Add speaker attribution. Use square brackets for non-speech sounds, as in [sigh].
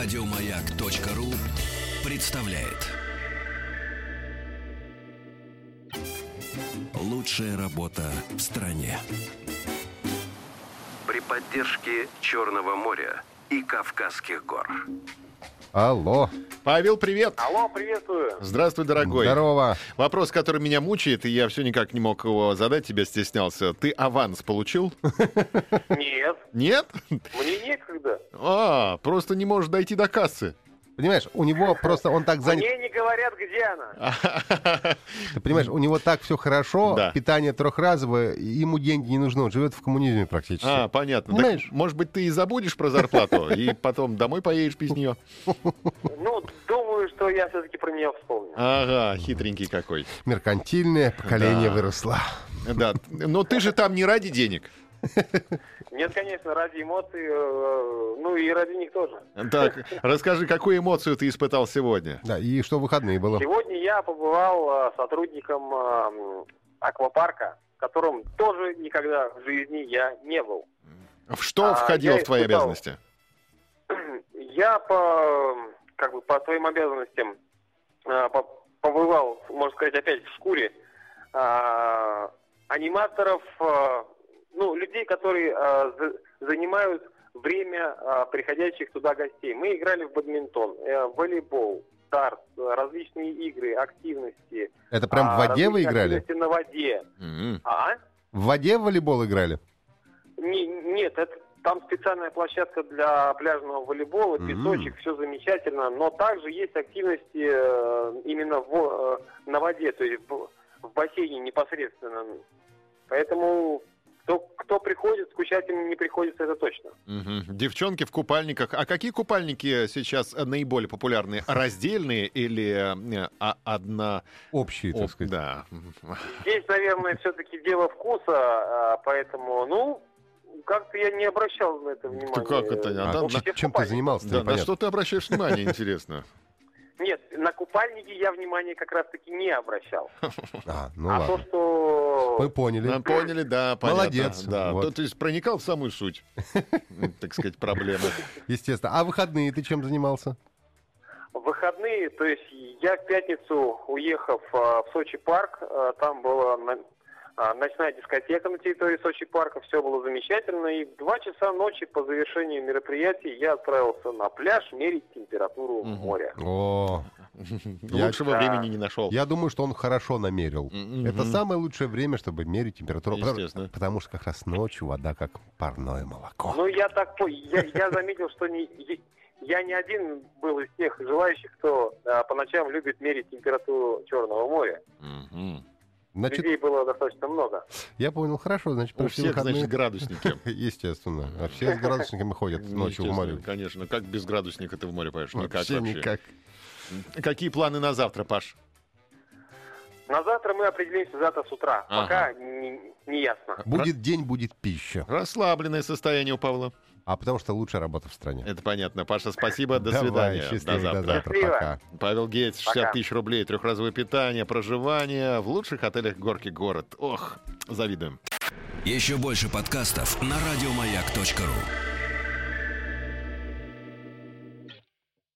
Speaker 1: Радиомаяк.ру представляет. Лучшая работа в стране.
Speaker 2: При поддержке Черного моря и Кавказских гор.
Speaker 3: Алло.
Speaker 4: Павел, привет!
Speaker 5: Алло, приветствую.
Speaker 4: Здравствуй, дорогой.
Speaker 3: Здорово.
Speaker 4: Вопрос, который меня мучает, и я все никак не мог его задать, тебя стеснялся. Ты аванс получил?
Speaker 5: Нет,
Speaker 4: Нет?
Speaker 5: мне некогда.
Speaker 4: А, просто не можешь дойти до кассы.
Speaker 3: Понимаешь, у него просто он так занят.
Speaker 5: Мне не говорят, где она.
Speaker 4: А,
Speaker 3: Ты понимаешь, у него так все хорошо,
Speaker 4: Да.
Speaker 3: питание трехразовое, и ему деньги не нужны, он живет в коммунизме практически.
Speaker 4: А, понятно. Так,
Speaker 3: Знаешь.
Speaker 4: может быть, ты и забудешь про зарплату, и потом домой поедешь без нее.
Speaker 5: Ну, думаю, что я все-таки про нее вспомню.
Speaker 4: Ага, хитренький какой.
Speaker 3: Меркантильное поколение
Speaker 4: Да.
Speaker 3: выросло.
Speaker 4: Да. Но ты же там не ради денег.
Speaker 5: Нет, конечно, ради эмоций, э, ну и ради них тоже.
Speaker 4: Так, расскажи, какую эмоцию ты испытал сегодня?
Speaker 3: Да, и что в выходные было?
Speaker 5: Сегодня я побывал э, сотрудником э, м, аквапарка, в котором тоже никогда в жизни я не был.
Speaker 4: В что
Speaker 5: А,
Speaker 4: входило
Speaker 5: я
Speaker 4: в твои
Speaker 5: испытал.
Speaker 4: обязанности?
Speaker 5: Я по, э, как бы, по своим обязанностям э, по- побывал, можно сказать, опять в шкуре э, аниматоров, э, ну, людей, которые э, за- занимают время э, приходящих туда гостей. Мы играли в бадминтон, э, в волейбол, старт, различные игры, активности.
Speaker 3: Это прям в
Speaker 5: а,
Speaker 3: воде вы
Speaker 5: различные
Speaker 3: играли?
Speaker 5: активности на воде.
Speaker 4: М.
Speaker 5: А?
Speaker 3: В воде в волейбол играли?
Speaker 5: Не- нет, это там специальная площадка для пляжного волейбола,
Speaker 3: Мгм.
Speaker 5: песочек, все замечательно, но также есть активности э, именно во- э, на воде, то есть в, в бассейне непосредственно. Поэтому кто, кто приходит, скучать им не приходится, это точно.
Speaker 4: Мгм. Девчонки в купальниках. А какие купальники сейчас
Speaker 3: [laughs]
Speaker 4: наиболее популярные? Раздельные или э, а- одна?
Speaker 3: Общие, так
Speaker 4: Оп,
Speaker 3: сказать.
Speaker 4: Да.
Speaker 5: Здесь, наверное, все-таки дело вкуса, э, поэтому, ну, как-то я не обращал на это внимания.
Speaker 4: как это? А
Speaker 3: А
Speaker 4: там
Speaker 3: чем-
Speaker 5: Все в
Speaker 3: чем ты
Speaker 5: купальниках.
Speaker 3: занимался?
Speaker 4: Да, на что ты обращаешь внимание,
Speaker 3: [laughs]
Speaker 4: интересно?
Speaker 5: Нет, на купальники я внимания как раз-таки не обращал.
Speaker 3: А, ну
Speaker 5: а
Speaker 3: ладно.
Speaker 5: то, что...
Speaker 3: Мы
Speaker 4: Ну,
Speaker 3: поняли.
Speaker 4: Поняли, да, понятно.
Speaker 3: Молодец,
Speaker 4: Да,
Speaker 3: вот.
Speaker 4: то, то есть проникал в
Speaker 3: [laughs]
Speaker 4: самую суть, м, так сказать, проблемы.
Speaker 3: Естественно. А выходные ты чем занимался?
Speaker 5: В выходные, то есть я в пятницу, уехав э, в Сочи парк, э, там была на- а, ночная дискотека на территории Сочи парка, все было замечательно, и в 2 часа ночи по завершению мероприятия я отправился на пляж мерить температуру
Speaker 4: Мгм.
Speaker 5: моря.
Speaker 3: О,
Speaker 4: Лучшего
Speaker 5: Да.
Speaker 4: времени не нашел.
Speaker 3: я думаю, что он хорошо намерил.
Speaker 4: Мгм.
Speaker 3: Это самое лучшее время, чтобы мерить температуру. Потому-
Speaker 4: Естественно.
Speaker 3: Потому что как раз ночью вода как парное молоко.
Speaker 5: Ну, я так по- я, я заметил, что не, е- я не один был из тех желающих, кто э, по ночам любит мерить температуру Черного моря.
Speaker 4: Мгм.
Speaker 3: Значит,
Speaker 5: Людей было достаточно много.
Speaker 3: я понял, хорошо, значит,
Speaker 4: У
Speaker 3: прошли
Speaker 4: всех,
Speaker 3: выходные.
Speaker 4: значит, градусники.
Speaker 3: [laughs] Естественно. А все с градусниками ходят ночью в
Speaker 4: Естественно,
Speaker 3: море.
Speaker 4: Конечно, как без градусника ты в море поешь? Никак
Speaker 3: Вообще
Speaker 4: вообще.
Speaker 3: никак.
Speaker 4: Какие планы на завтра, Паш?
Speaker 5: На завтра мы определимся завтра с утра.
Speaker 4: Ага.
Speaker 5: Пока не- не ясно.
Speaker 3: Будет день, будет пища.
Speaker 4: Расслабленное состояние у Павла.
Speaker 3: А потому что лучшая работа в стране.
Speaker 4: Это понятно. Паша, спасибо. До
Speaker 3: Давай,
Speaker 4: свидания.
Speaker 3: счастливо, до завтра.
Speaker 5: Счастливо.
Speaker 3: Пока.
Speaker 4: Павел Гейтс, 60
Speaker 5: Пока.
Speaker 4: тысяч рублей, трехразовое питание, проживание в лучших отелях горки город. Ох, завидуем.
Speaker 1: Еще больше подкастов на радиомаяк.ру.